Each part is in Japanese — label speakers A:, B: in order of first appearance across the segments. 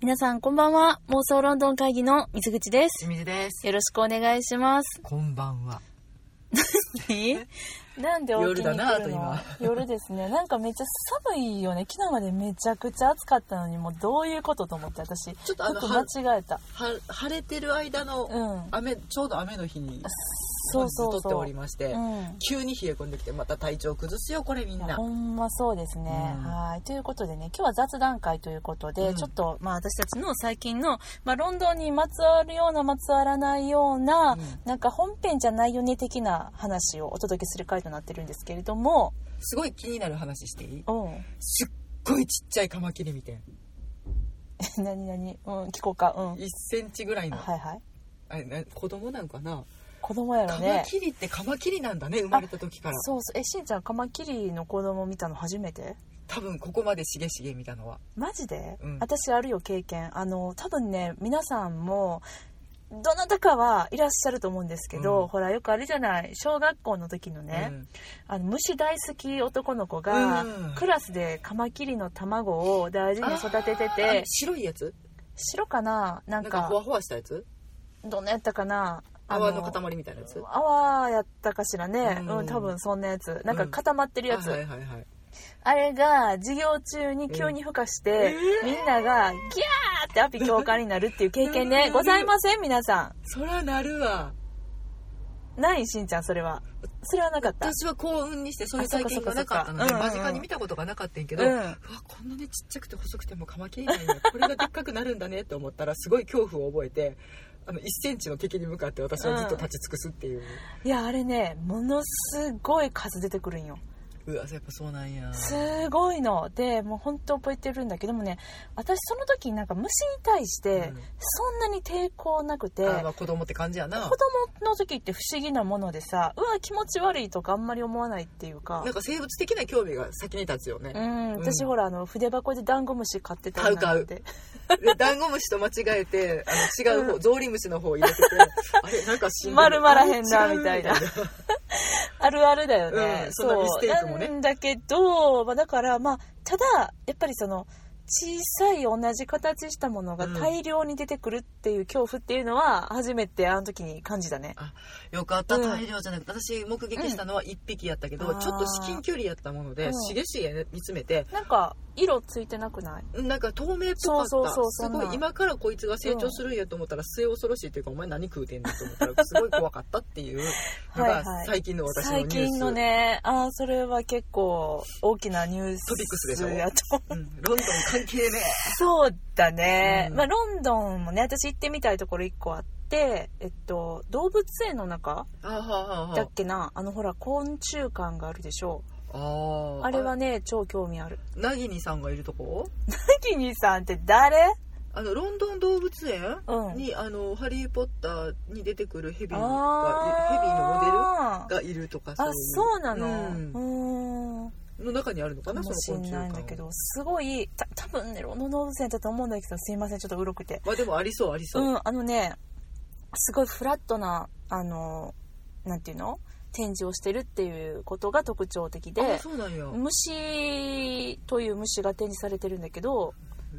A: 皆さんこんばんは。妄想ロンドン会議の水口です。
B: 清水です。
A: よろしくお願いします。
B: こんばんは。
A: なんでお家に来るの
B: 夜だなあと今
A: 夜ですね。なんかめっちゃ寒いよね。昨日までめちゃくちゃ暑かったのに、もうどういうことと思って私、
B: ちょっとあの
A: 服間違えた。
B: は晴れてる間の
A: うん。
B: 雨、ちょうど雨の日に
A: そうそう
B: 撮って
A: そ
B: お
A: う。
B: りまして、
A: うん。
B: 急に冷え込んできてまた体調崩すよこれみんな。
A: ほんまそうですね。
B: うん
A: はい。ということでね、今日は雑談会ということで、
B: うん
A: ちょっと、まあ私たちの最近の、まあロンドンにまつわるような、まつわらないような、
B: うん
A: なんか本編じゃないよね的な話をお届けする回となってるんですけれども、
B: すごい気になる話していい？
A: うん。
B: すっごいちっちゃいカマキリみたい
A: 何何うん、聞こうか。うん。
B: 1センチぐらいの、
A: はいはい。
B: あれな子供なんかな、
A: 子供やろ
B: カマ
A: ね。
B: キリってカマキリなんだね生まれた時から
A: そうそう。え、しんちゃん、カマキリの子供見たの初めて
B: 多分ここまでしげしげ見たのは
A: マジで、
B: うん
A: 私あるよ経験あの多分ね皆さんもどなたかはいらっしゃると思うんですけど、
B: うん
A: ほらよくあるじゃない小学校の時のね、
B: うん
A: あの虫大好き男の子が、
B: うん
A: クラスでカマキリの卵を大事に育てて
B: あの
A: て
B: 白いやつ
A: 白かなな
B: なんんか
A: か
B: ふわふわしたやつ
A: どんなやったかな
B: 泡の塊みたいなやつ
A: 泡やったかしらね、
B: うん
A: うん、多分そんなやつなんか固まってるやつ、
B: あはいはいはい
A: あれが授業中に急に孵化して、みんながギャーってアピ共感になるっていう経験ね、
B: うん
A: ございません皆さ
B: そらなるわ
A: ん。ないしんちゃんそれは。それはなかった。
B: 私は幸運にしてそういう体験がなかったの
A: あ
B: で
A: そっかそっかそっか
B: 間近に見たことがなかったんやけど、
A: う
B: うわ
A: ん。
B: こんなにちっちゃくて細くてもカマキリなんやこれがでっかくなるんだねって思ったらすごい恐怖を覚えてあの1センチの敵に向かって私はずっと立ち尽くすっていう、
A: いや、あれね、ものすごい数出てくるんよ。
B: うわやっぱそうなんや
A: すごいの。で、もう本当覚えてるんだけどでもね、私その時なんか虫に対して
B: うん、
A: そんなに抵抗なくて、
B: あまあ子供って感じやな
A: 子供の時って不思議なものでさ、うわ、気持ち悪いとかあんまり思わないっていうか
B: なん。か生物的な興味が先に立つよね
A: う、ん、私ほら、あの、筆箱でダンゴムシ買ってた
B: 買う買
A: う。
B: でダンゴムシと間違えてあの違う方、
A: う
B: ゾウリムシの方入れててあれなんか死んでる
A: 丸まらへんな
B: あれ違う
A: みたいなあるあるだよね、
B: うんそんなミステイクもね
A: なんだけど、まあ、だからまあただやっぱりその小さい同じ形したものが大量に出てくるっていう恐怖っていうのは初めてあの時に感じたね、
B: よかった
A: うん
B: 大量じゃなくて、私目撃したのは1匹やったけど、
A: あー
B: ちょっと至近距離やったもの
A: う
B: で
A: ん
B: しげしげ見つめて
A: なんか色ついてなくない
B: なんか透明っぽかった
A: そうそうそうそ
B: す
A: んなん
B: ごい今からこいつが成長するんやと思ったら末恐ろしいというかお前何食うてんねんと思ったらすごい怖かったっていうの
A: はいは
B: が
A: い
B: 最近の私のニュ
A: 最
B: ース
A: 近のねあーそれは結構大きなニュース
B: トピックスでしょ
A: やと思う
B: うん、ロンドン関係ね
A: そうだね、
B: うん
A: まあロンドンもね私行ってみたいところ1個あってえっと動物園の中
B: えあーはあはあ
A: だっけなあのほら昆虫館があるでしょ
B: あー
A: あれはね超興味ある
B: あナギニさんがいるとこ
A: テキニさんって誰
B: あのロンドン動物園
A: うん
B: に、あのハリー・ポッターに出てくるヘビがヘビのモデル
A: あー
B: がいるとか
A: あそうなの
B: うん
A: うんん
B: の中にあるの
A: か
B: かなそ
A: も
B: の
A: し
B: 昆
A: ん
B: 虫
A: ないんだ
B: 館
A: け
B: は
A: どすごいた多分ねロンドン動物園だと思うんだけどすいませんちょっとうろくて
B: まあでもありそうありそうう、
A: んあのねすごいフラットなあのなんていうの展示をしてるっていうことが特徴的
B: あ
A: で
B: そうなんや
A: 虫という虫が展示されてるんだけど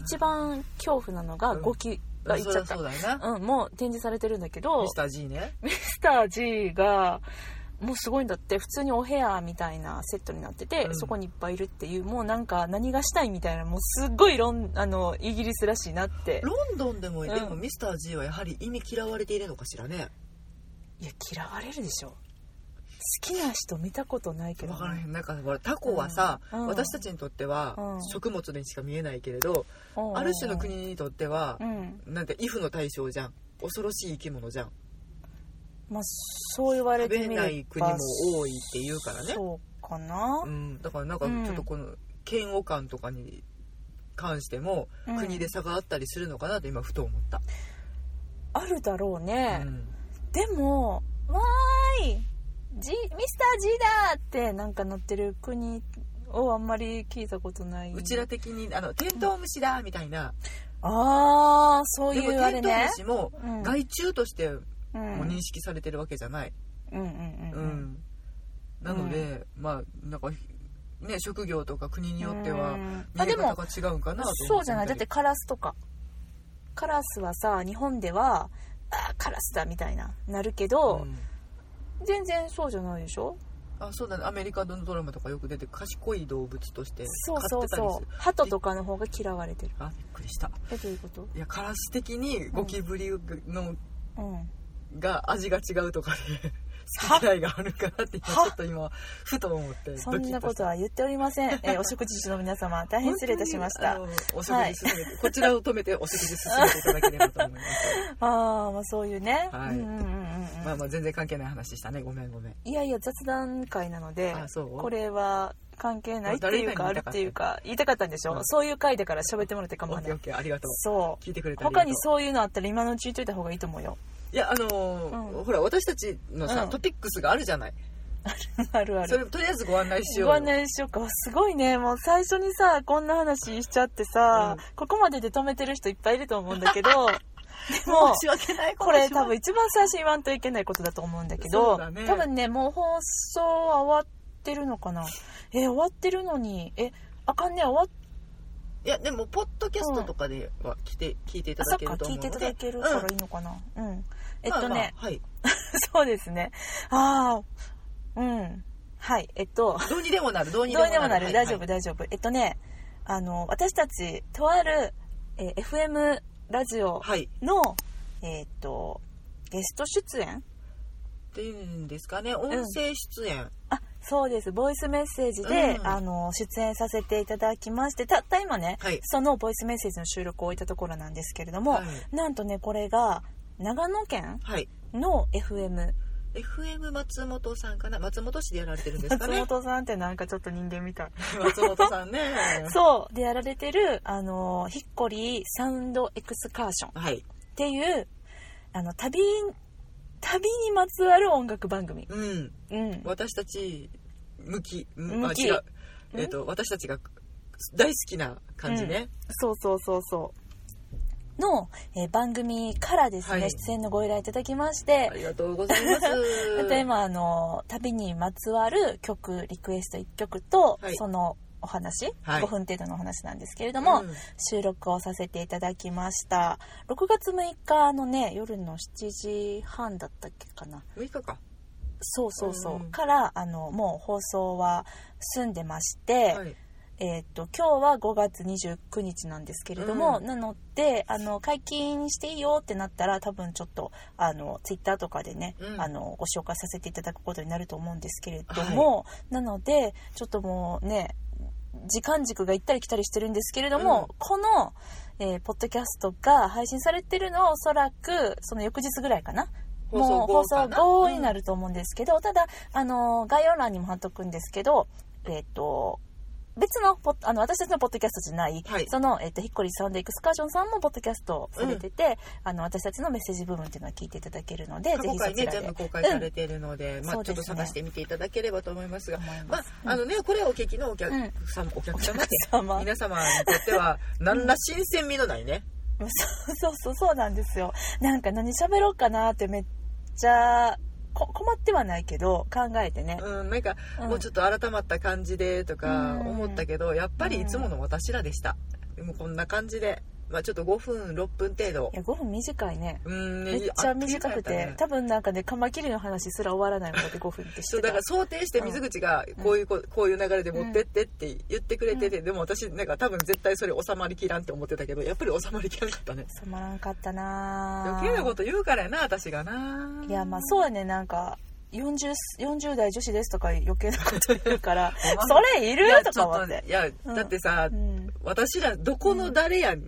A: 一番恐怖なのが
B: うん
A: ゴキがいっちゃった
B: そりゃそうだよな、
A: うん、もう展示されてるんだけど
B: ミスター G ね
A: ミスター G がもうすごいんだって普通にお部屋みたいなセットになってて、
B: うん
A: そこにいっぱいいるっていうもうなんか何がしたいみたいなもうすっごいロンあのイギリスらしいなって
B: ロンドンでも、
A: ん
B: でもミスター G はやはり意味嫌われているのかしらね
A: いや嫌われるでしょ好きな人見たことないけど
B: 分
A: ね
B: からへんなんかほらタコはさ、
A: うんうん
B: 私たちにとっては
A: うん
B: 食物にしか見えないけれど、
A: うんうん
B: ある種の国にとっては
A: う、ん
B: なんてイフの対象じゃん恐ろしい生き物じゃん
A: まあそう言われ
B: 食
A: て
B: べ
A: みれば
B: ない国も多いっていうからね
A: そうかな
B: う、ん、だからなんか
A: うん
B: ちょっとこの嫌悪感とかに関しても
A: うん
B: 国で差があったりするのかなと今ふと思った、
A: あるだろうね、
B: うん
A: でも「わーい G ミスター G だ!」ってなんかなってる国をあんまり聞いたことないう
B: ちら的にあのテントウムシだみたいな、
A: ああそう
B: で
A: いう
B: も
A: あ
B: テ
A: れ
B: ントウ
A: ね
B: ムシも
A: うん
B: 害虫としても
A: うんうん
B: 認識されてるわけじゃない、
A: うん
B: う
A: うんんうん
B: なので、まあなんかね職業とか国によって
A: う
B: は
A: ん
B: 見
A: あ
B: え
A: で
B: 方
A: も
B: が違うんかなと思ってみたり
A: そうじゃないだってカラスとかカラスはさ日本ではあーカラスだみたいななるけど、
B: うん
A: 全然そうじゃないでしょ
B: あそうだねアメリカのドラマとかよく出て賢い動物として
A: そ
B: 飼
A: う
B: ってた
A: そ
B: り
A: う
B: する
A: そう鳩とかの方が嫌われてる
B: あびっくりした
A: えどういうこと
B: いやカラス的にゴキブリ
A: う
B: の
A: ん
B: が味が違うとか で
A: は
B: 好き嫌いがあるからって今ちょ
A: は
B: っと今ふと思って
A: そんな
B: ドキッ
A: ことは言っておりま せん、えーお食事中の皆様大変失礼いたしまし
B: 本
A: た
B: 当にあのお食事進めて、こちらを止めてお食事進めていただければと思います。
A: ああまあそういうね、
B: はい
A: うんうんうんうん
B: まあまあ全然関係ない話したね。ごめんごめん。
A: いやいや雑談会なので
B: あそう
A: これは関係ないっていうか
B: まあ
A: あ
B: 誰
A: る
B: か
A: っ
B: に
A: てい
B: 言いた
A: う
B: か
A: か言いたかったんでしょ、
B: うん
A: そういう回だから喋ってもらって構
B: オ
A: わ
B: ッ
A: ない
B: ケーオッケーありがとう。
A: そう
B: 聞いてくれたありが
A: 他
B: とう
A: にそういうのあったら今のうち言っといた方がいいと思う よ
B: いやあのー
A: うん
B: ほら私たちのさ、
A: うん
B: トピックスがあるじゃない。
A: あるあ
B: そ
A: る
B: れとりあえずご案内しようよ。
A: ご案内しようかすごいねもう最初にさこんな話しちゃってさ、ここまでで止めてる人いっぱいいると思うんだ けどでも
B: 申し訳ない
A: これ多
B: 分
A: 分一番最初に言わんといけないことだと思うんだけ
B: そ
A: ど
B: うだね
A: 多分ねもう放送は終わってるのかなえ終わってるのにえあかんね終わっ
B: いやでもポッドキャストとかでは聞いて聞いていた
A: あそ
B: だ
A: っ
B: け
A: か
B: ると
A: 聞
B: 思う
A: い
B: の
A: て
B: で。
A: いただけるから
B: うん
A: いいのかなうん、えっとね、
B: まあまあはい。
A: そうですねああうんはいえっと
B: どうにでもなるどうにで
A: どう
B: もな
A: にで
B: る
A: もなる、
B: はい
A: 大丈
B: は
A: 夫
B: い
A: 大丈夫えっとねあの私たちとある、えー FM ラジオ
B: はい。
A: の、えーっとゲスト出演
B: っていうんですかね音声出演、
A: あそうですボイスメッセージで、
B: うん
A: あの出演させていただきましてたった今ね、
B: はい
A: そのボイスメッセージの収録を終えたところなんですけれども、
B: はい
A: なんとねこれが長野県
B: はい
A: の FM
B: FM 松本さんかな松本市でやられてるんですか
A: 松
B: ね
A: 本さんってなんかちょっと人間みたい
B: 松本さんね
A: そうでやられてるあのヒッコリーサウンドエクスカーションっ
B: はい
A: ていうあの旅旅にまつわる音楽番組
B: うん
A: うん
B: 私たち向きむ
A: 向き
B: あ違うえっ、と私たちが大好きな感じね、
A: そうそうそうそうの、えー番組からですね、
B: はい
A: 出演のご依頼いただきまして
B: あ、りがとうございます
A: あと今あの旅にまつわる曲リクエスト1曲と、
B: はい
A: そのお話、
B: はい
A: 5分程度のお話なんですけれども、
B: うん
A: 収録をさせていただきました6月6日のね夜の7時半だったっけかな
B: 6日か
A: そうそうそう、
B: うん
A: からあのもう放送は済んでまして、
B: はい
A: えーっと今日は5月29日なんですけれども、
B: う
A: なのであの解禁していいよってなったら多分ちょっとあのツイッターとかでね、
B: うん
A: あのご紹介させていただくことになると思うんですけれども、なのでちょっともうね時間軸が行ったり来たりしてるんですけれども、この、えーポッドキャストが配信されてるのはおそらくその翌日ぐらいかなもう放送後にな
B: る、
A: ると思うんですけど、ただあの概要欄にも貼っとくんですけどえっ、と別のポッあの私たちのポッドキャストじゃない、
B: はい
A: その、えっとヒッコリサウンドエクスカーションさんもポッドキャストされてて、あの私たちのメッセージ部分っていうのは聞いていただけるので
B: う
A: ぜ
B: ん過
A: ひそちら
B: 去回ね
A: で
B: 全部公開されているので、まあ
A: そう
B: ちょ
A: ですね
B: っと探してみていただければと思いますが
A: 思い
B: ま
A: ま
B: あ
A: す、
B: あのねこれはお客のお客
A: うん
B: 様、お客
A: お客
B: 様って
A: 様
B: 皆様にとっては何ら新鮮味のないね、
A: そう そうそうそうなんですよなんか何喋ろうかなってめっちゃこ困ってはないけど考えてね、
B: うん、なんか
A: うん
B: もうちょっと改まった感じでとか
A: うん
B: 思ったけど、やっぱりいつもの私らでした、でもこんな感じで、まあ、ちょっと5分6分程度
A: いや5分短いね
B: うん
A: めっちゃ短
B: あっ
A: く
B: という間や
A: て、
B: ったね
A: 多分なんかねカマキリの話すら終わらないまで5分ってし
B: そう
A: て
B: だか
A: た
B: ら想定して水口がこういうこ,、こういう流れで持ってってって言ってくれてて、でも私なんか多分絶対それ収まりきらんって思ってたけどやっぱり収まりきらんかったね
A: 染まらんかったなぁ
B: 余計なこと言うからやな私がない
A: やまあそうやねなんか 40, 40代女子ですとか余計なこと言うから
B: お
A: そ
B: 前
A: れいる
B: いや
A: と
B: ち
A: か
B: ょっ
A: 思
B: と
A: って
B: いや
A: うん
B: だってさ、
A: うん、
B: 私らどこの誰やん、
A: い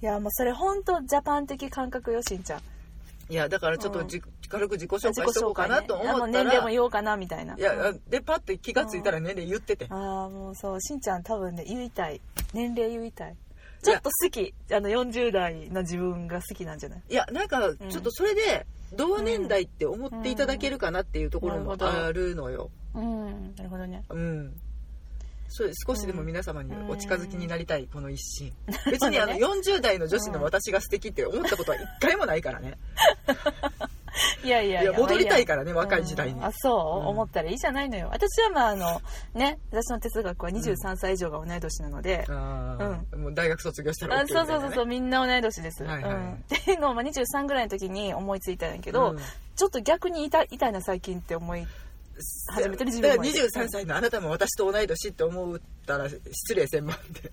A: やもうそれ本当ジャパン的感覚よしんちゃん
B: いやだからちょっとじ、軽く自己紹介しとこうかなと
A: あも
B: 思
A: う
B: っ
A: 年
B: た
A: 齢も
B: ら、
A: 言おうかなみたいない
B: やでパッて気がついたら年齢言ってて、
A: ああもうそうしんちゃん多分ね言いたい年齢言いたいちょっと好きあの40代の自分が好きなんじゃない
B: いやなんかちょっとそれで同年代って思っていただけるかなっていうところも
A: うんなるほど
B: あるのよ、
A: うんなるほどね
B: うん、それ少しでも皆様にお近づきになりたいこの一心、
A: る
B: 別
A: ほど
B: に
A: ね
B: あの40代の女子の私が素敵って思ったことは一回もないからね
A: いやいや
B: いや戻りたい
A: か
B: からね若い時代に
A: あそう、
B: うん
A: 思ったらいいじゃないのよ私はまああのね私の哲学は23歳以上が同い年なので、
B: あーもう大学卒業したら
A: あ
B: OK みた
A: そ
B: いう
A: そうそうそうみんな同い年です、
B: はいはい
A: うん、っていうのを、まあ、23ぐらいの時に思いついたんやけど、
B: うん
A: ちょっと逆に痛い痛いな最近って思い初めての自分も
B: だから
A: いて
B: 23歳のあなたも私と同い年って思ったら失礼千万って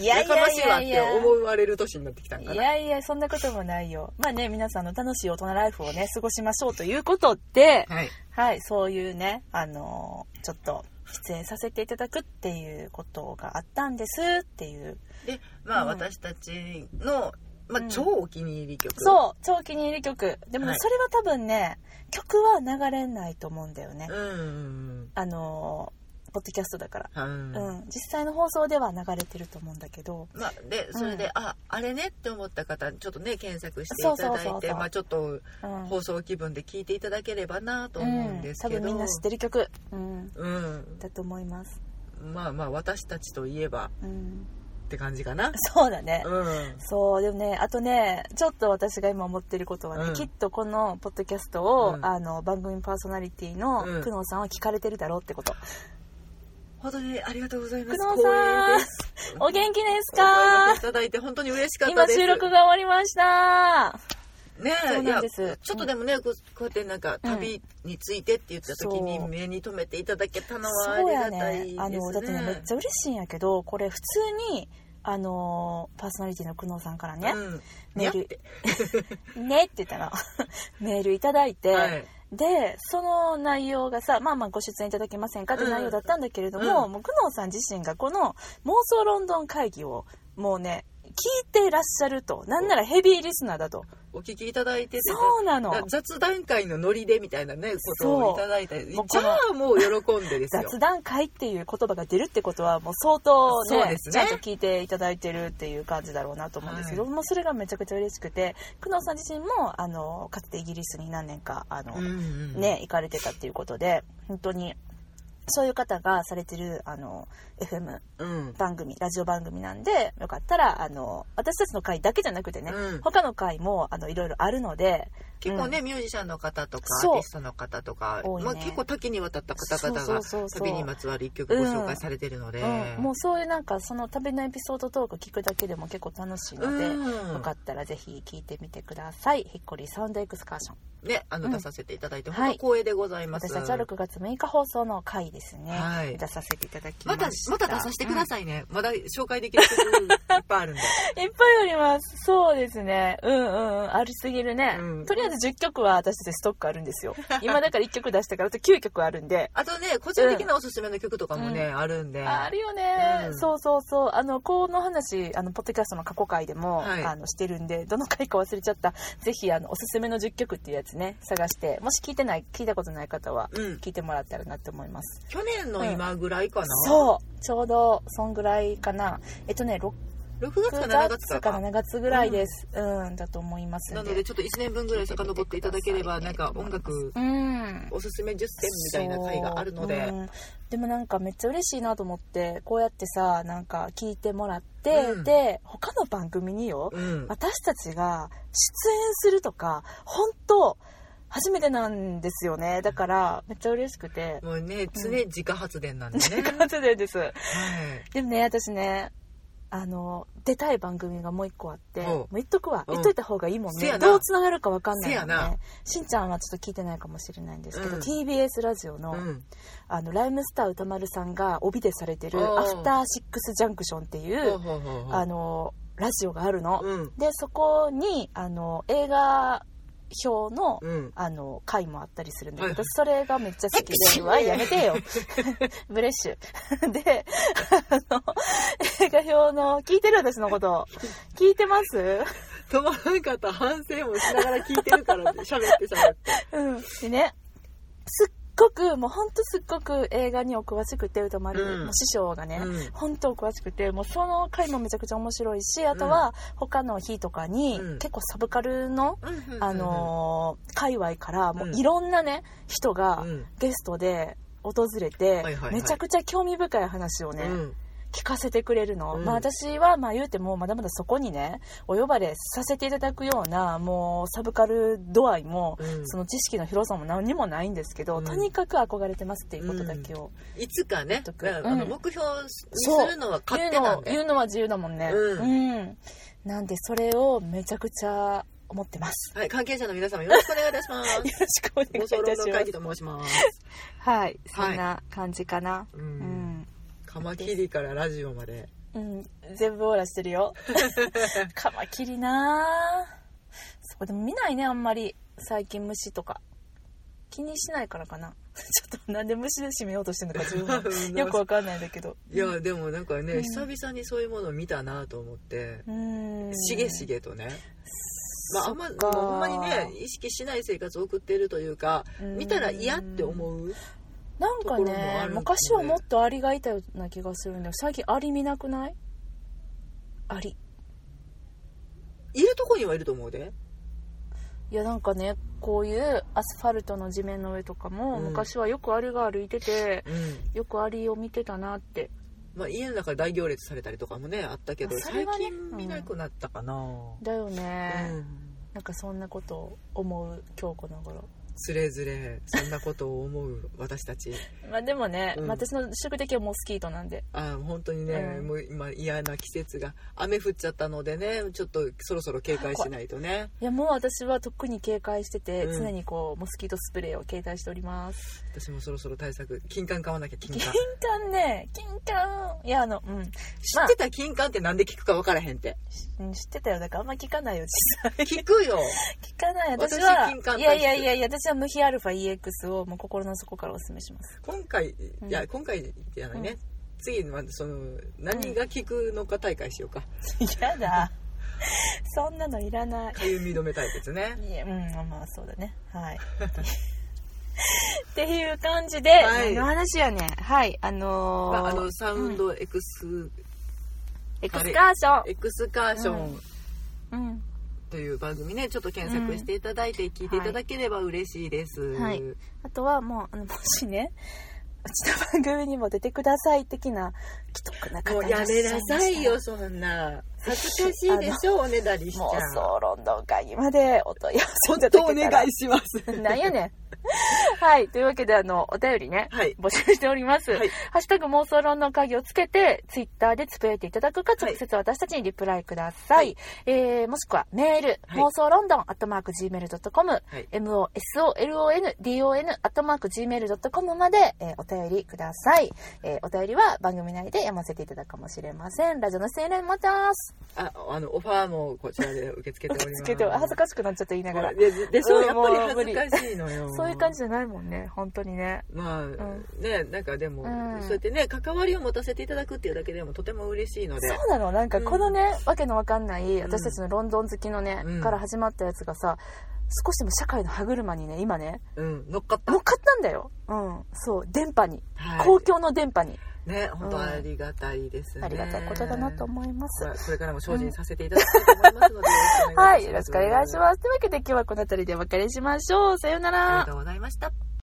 A: い
B: やかましいわって思われる年になってきたんか
A: い
B: な
A: やいやそんなこともないよまあね皆さんの楽しい大人ライフをね過ごしましょうということで、
B: はい
A: はい、そういうね、あのーちょっと出演させていただくっていうことがあったんですっていう。
B: でまあ
A: うん
B: 私たちの、ま
A: う
B: あ
A: ん
B: 超お気に入り曲、
A: そう、超お気に入り曲。でもね、
B: はい
A: それは多分ね、曲は流れないと思うんだよね。
B: うん
A: あのーポッドキャストだから。
B: は
A: う
B: い
A: ん、実際の放送では流れてると思うんだけど、
B: まあ、でそれで、ああれねって思った方ちょっとね検索してい
A: そう
B: た
A: そうそう
B: だ
A: そう
B: いてまあちょっと
A: うん、
B: 放送気分で聞いていただければなと思うんですけど、
A: うん多分みんな知ってる曲、うん、
B: うん
A: だと思います、
B: まあまあ私たちといえば
A: うん、
B: って感じかな
A: そうだね、
B: うん
A: そうでもねあとねちょっと私が今思ってることはね、
B: うん
A: きっとこのポッドキャストを、
B: うん
A: あの番組パーソナリティの
B: うん
A: 久能さんは聞かれてるだろうってこと、
B: 本当にありがとうございます
A: 工藤さん
B: 光栄です
A: お元気です
B: お声
A: か
B: 掛けいただいて本当に嬉しかった
A: 今
B: です
A: 収録が終わりました
B: ねえ
A: そうなんです
B: いやちょっとでもね、こうこうやってなんか旅についてって言った時に
A: そう
B: 目に留めていただけたのはあ
A: そう
B: り
A: や
B: がたいです
A: ね
B: ね
A: あのだってねめっちゃ嬉しいんやけどこれ普通にあのパーソナリティの久能さんからね
B: うん、
A: メー
B: にゃ
A: ル「
B: っ
A: ね」って言ったら メールいただいて、
B: てはい
A: でその内容がさ「まあまあご出演いただけませんか」って内容だったんだけれども、
B: うん
A: もう久能さん自身がこの妄想ロンドン会議をもうね聞いてらっしゃるとなんならヘビーリスナーだと
B: お聞きいただいてて
A: そうなの
B: だ雑談会のノリでみたいなねこと
A: そう
B: をいただい
A: も
B: て
A: うこの
B: じゃあもう喜んでですよ
A: 雑談会っていう言葉が出るってことはもう相当ね
B: そうですね
A: ちゃんと聞いていただいてるっていう感じだろうなと思うんですけど、
B: は
A: もうそれがめちゃくちゃ嬉しくて久能さん自身もあのかつてイギリスに何年かあの、
B: うんうん
A: ね、行かれてたっていうことで本当にそういう方がされてるあの FM
B: うん
A: 番組ラジオ番組なんでよかったらあの私たちの回だけじゃなくてね、
B: うん
A: 他の回もあのいろいろあるので
B: 結構ね、ミュージシャンの方とか
A: そう
B: アーティストの方とか、
A: 多いね
B: まあ、結構多岐にわたった方々
A: そう
B: が
A: そうそうそう
B: 旅にまつわる一曲ご紹介されてるので、
A: うん、もうそういうなんかその旅のエピソードトーク聞くだけでも結構楽しいので、
B: うん
A: よかったらぜひ聞いてみてください「ひっこりサウンドエクスカーション
B: ねあ
A: う
B: の
A: ん
B: 出させていただいて、
A: はい
B: 本当光栄でござい」ます
A: 私たちは6月6日放送の回ですね、
B: はい
A: 出させていただきま
B: ま
A: した
B: たまた出させてくださいね、まだ紹介できる曲いっぱいあるんで
A: いっぱいあります。そうですね。うんうんうん。ありすぎるね。
B: うん
A: とりあえず10曲は私たちストックあるんです よ。今だから1曲出したからあと9曲あるんで。
B: あとね個人的なおすすめの曲とかもね、あるんで
A: あるよね、
B: うん
A: そうそうそう。あの、この話、あの、ポッドキャストの過去回でも、
B: はい
A: あの、してるんで、どの回か忘れちゃった。ぜひ、あの、おすすめの10曲っていうやつね、探して、もし聞いてない、聞いたことない方は、
B: うん
A: 聞いてもらったらなって思います。
B: 去年の今ぐらいかな、
A: そう。ちょうど、そんぐらいかな。えっとね、6
B: 6月か7月
A: 月
B: か
A: か
B: か
A: 7月ぐらいです。うん、だと思いますん
B: なのでちょっと1年分ぐらい遡っていただければなんか音楽
A: うん
B: おすすめ10点みたいな回があるので
A: そううんでもなんかめっちゃ嬉しいなと思ってこうやってさなんか聞いてもらって、
B: うん
A: で他の番組によ、
B: うん
A: 私たちが出演するとか本当初めてなんですよねだからめっちゃ嬉しくて
B: もうね常自家発電なんでね、はい
A: 感じでですでもね私ねあの出たい番組がもう一個あって
B: おう
A: もう言っとくわ
B: うん
A: 言っといた方がいいもん
B: せ
A: ね
B: やな
A: どうつながるか分かんないもん
B: せや
A: ね
B: な
A: しんちゃんはちょっと聞いてないかもしれないんですけど、
B: うん
A: TBS ラジオの「
B: うん
A: あのライムスター歌丸さんが帯でされてる「
B: おう
A: アフターシックスジャンクション」ってい
B: ほう
A: う
B: ほうほうほう
A: あのラジオがあるの、
B: うん
A: でそこにあの映画表の,、
B: うん
A: あの回もあったりするんだけど、
B: はいはい
A: それがめっちゃ好きで「うわやめて よブレッシュ」 であの映画表の聞いてる私のこと聞いてます
B: 止まらんかった反省もしながら聞いてるからね喋って喋って
A: うん、でねすっごくもうほんとすっごく映画にお詳しくて歌丸、
B: うん
A: もう師匠がね、
B: うん
A: ほんとお詳しくてもうその回もめちゃくちゃ面白いしあとは他の日とかに、
B: うん
A: 結構サブカルの、
B: うんうんうん
A: あのー界隈からもううんいろんなね人が
B: うん
A: ゲストで訪れて、
B: はいはいはい
A: めちゃくちゃ興味深い話をね、
B: うん
A: 聞かせてくれるの、
B: うん
A: まあ私はまあ言うてもまだまだそこにねお呼ばれさせていただくようなもうサブカル度合いも、
B: うん
A: その知識の広さも何にもないんですけど、
B: うん
A: とにかく憧れてますっていうことだけを、
B: いつかね
A: と、く
B: だからあの
A: うん
B: 目標にす
A: そう
B: るのは勝
A: 言う
B: 手な
A: の
B: んで
A: 言うのは自由だもんね
B: う
A: うん、なんでそれをめちゃくちゃ思ってます
B: はい、関係者の皆様よろしくお願いいたしま
A: よ
B: す。
A: ろしくお願い
B: ご
A: いた
B: 総
A: し
B: 論の
A: ま
B: 会
A: す
B: 議と申します。
A: はいそんな感じかな、
B: う。
A: うんん
B: カマキリからラジオまで。
A: うん、全部オーラしてる よカマキリなあそこでも見ないねあんまり最近虫とか気にしないからかな ちょっとなんで虫で締めようとしてんのか 自分もよくわかんないんだけど
B: いや、でもなんかね、
A: うん
B: 久々にそういうものを見たなと思って、
A: うん
B: しげしげとね。まあ、あんま、
A: そっ
B: も
A: か
B: うほんまにね、意識しない生活を送っているというか、見たら嫌って
A: うん
B: 思う。
A: なんか
B: ところ
A: ね
B: もあるんだね
A: 昔はもっとアリがいたような気がするんだけど最近アリ見なくないアリ
B: いるとこにはいると思うで。
A: いやなんかねこういうアスファルトの地面の上とかも、
B: うん
A: 昔はよくアリが歩いてて
B: うん。
A: よくアリを見てたなって
B: まあ、家の中で大行列されたりとかもね、あったけど、
A: あそれ
B: 最
A: はね
B: 近見なくなったかな。
A: だよね、
B: うん
A: なんかそんなことを思う今日この頃
B: つれづれそんなことを思う私たち
A: まあでもね、
B: うん
A: まあ私の宿敵はモスキートなんで
B: あー本当にね、
A: うん
B: もう今嫌な季節が雨降っちゃったのでねちょっとそろそろ警戒しないとね
A: いやもう私はとっくに警戒してて、
B: うん
A: 常にこうモスキートスプレーを携帯しており ます
B: 私もそろそろ対策金柑買わなきゃ 金
A: 金
B: 柑
A: 柑ね金柑いやあのうん
B: 知ってた金柑ってなんで聞くか分からへんって
A: うん知ってたよだからあんま聞かないよ実際
B: 聞くよ
A: 聞かない私
B: 私
A: は
B: 金柑
A: いやいやいやいや私は無比アルファ EX をもう心の底からおすすめします
B: 今回い
A: うん
B: や今回じゃないね、次はその何が聞くのか大会しようか
A: やだ そんなのいらない
B: かゆみ止め対決ね
A: いやうんまあまあそうだねはい っていう感じで、
B: は
A: 何
B: い
A: の話やねんはいあのー
B: まあ、あのサウンドエクス、
A: エクスカーション
B: エクスカーション、
A: うん
B: という番組ねちょっと検索していただいて聞いていただければ嬉しいです、
A: はいあとはもうあのもしね うちの番組にも出てください的な既得な方
B: もうやめなさい
A: ら
B: よ
A: っし
B: そんな恥ずかしいでしょおねだりし
A: ゃい
B: ち
A: ましたら妄
B: ゃう
A: 想ロンドン会議までお問い合わせい
B: 本
A: ただ
B: 当お
A: けた
B: 願
A: ら
B: いします
A: なんやねんはいというわけであのお便りね、
B: はい
A: 募集しております、
B: はい
A: ハッシュタグ妄想論の会議をつけて、ツイッターでつぶやいていただくか、
B: はい
A: 直接私たちにリプライください。えー、もしくはメール、
B: はい
A: 妄想ロンドン、アットマーク Gmail.com、
B: はい
A: MOSOLON、DON、アットマーク Gmail.com まで、えーお便りください。えーお便りは番組内で読ませていただくかもしれません。ラジオの出演待ってます。
B: ああのオファーもこちらで受け付けております
A: つけて、恥ずかしくなっちゃって言いながら。
B: ででしょ
A: うん
B: やっ
A: もう
B: ぱり恥ずかしいのよ
A: そういう感じじゃないもんね、本当にね。
B: まあ、
A: ん
B: ねなんかでも、
A: うん
B: そうやってね関わりを持たせていただくっていうだけでもとても嬉しいので
A: そうなのなんかこのね、わけのわかんない私たちのロンドン好きのね、
B: うん
A: から始まったやつがさ少しでも社会の歯車にね今ね
B: うん乗っかった
A: 乗っかったんだようんそう電波に、
B: はい
A: 公共の電波に
B: ね本当ありがたいですね、
A: ありがたいことだなと思います、
B: まあこれからも精進させていただきたいと思いますので、
A: はいよろしくお願いし
B: す。
A: ますというわけで今日はこの辺りでお別れしましょうさような
B: あり
A: ら
B: がとうございました。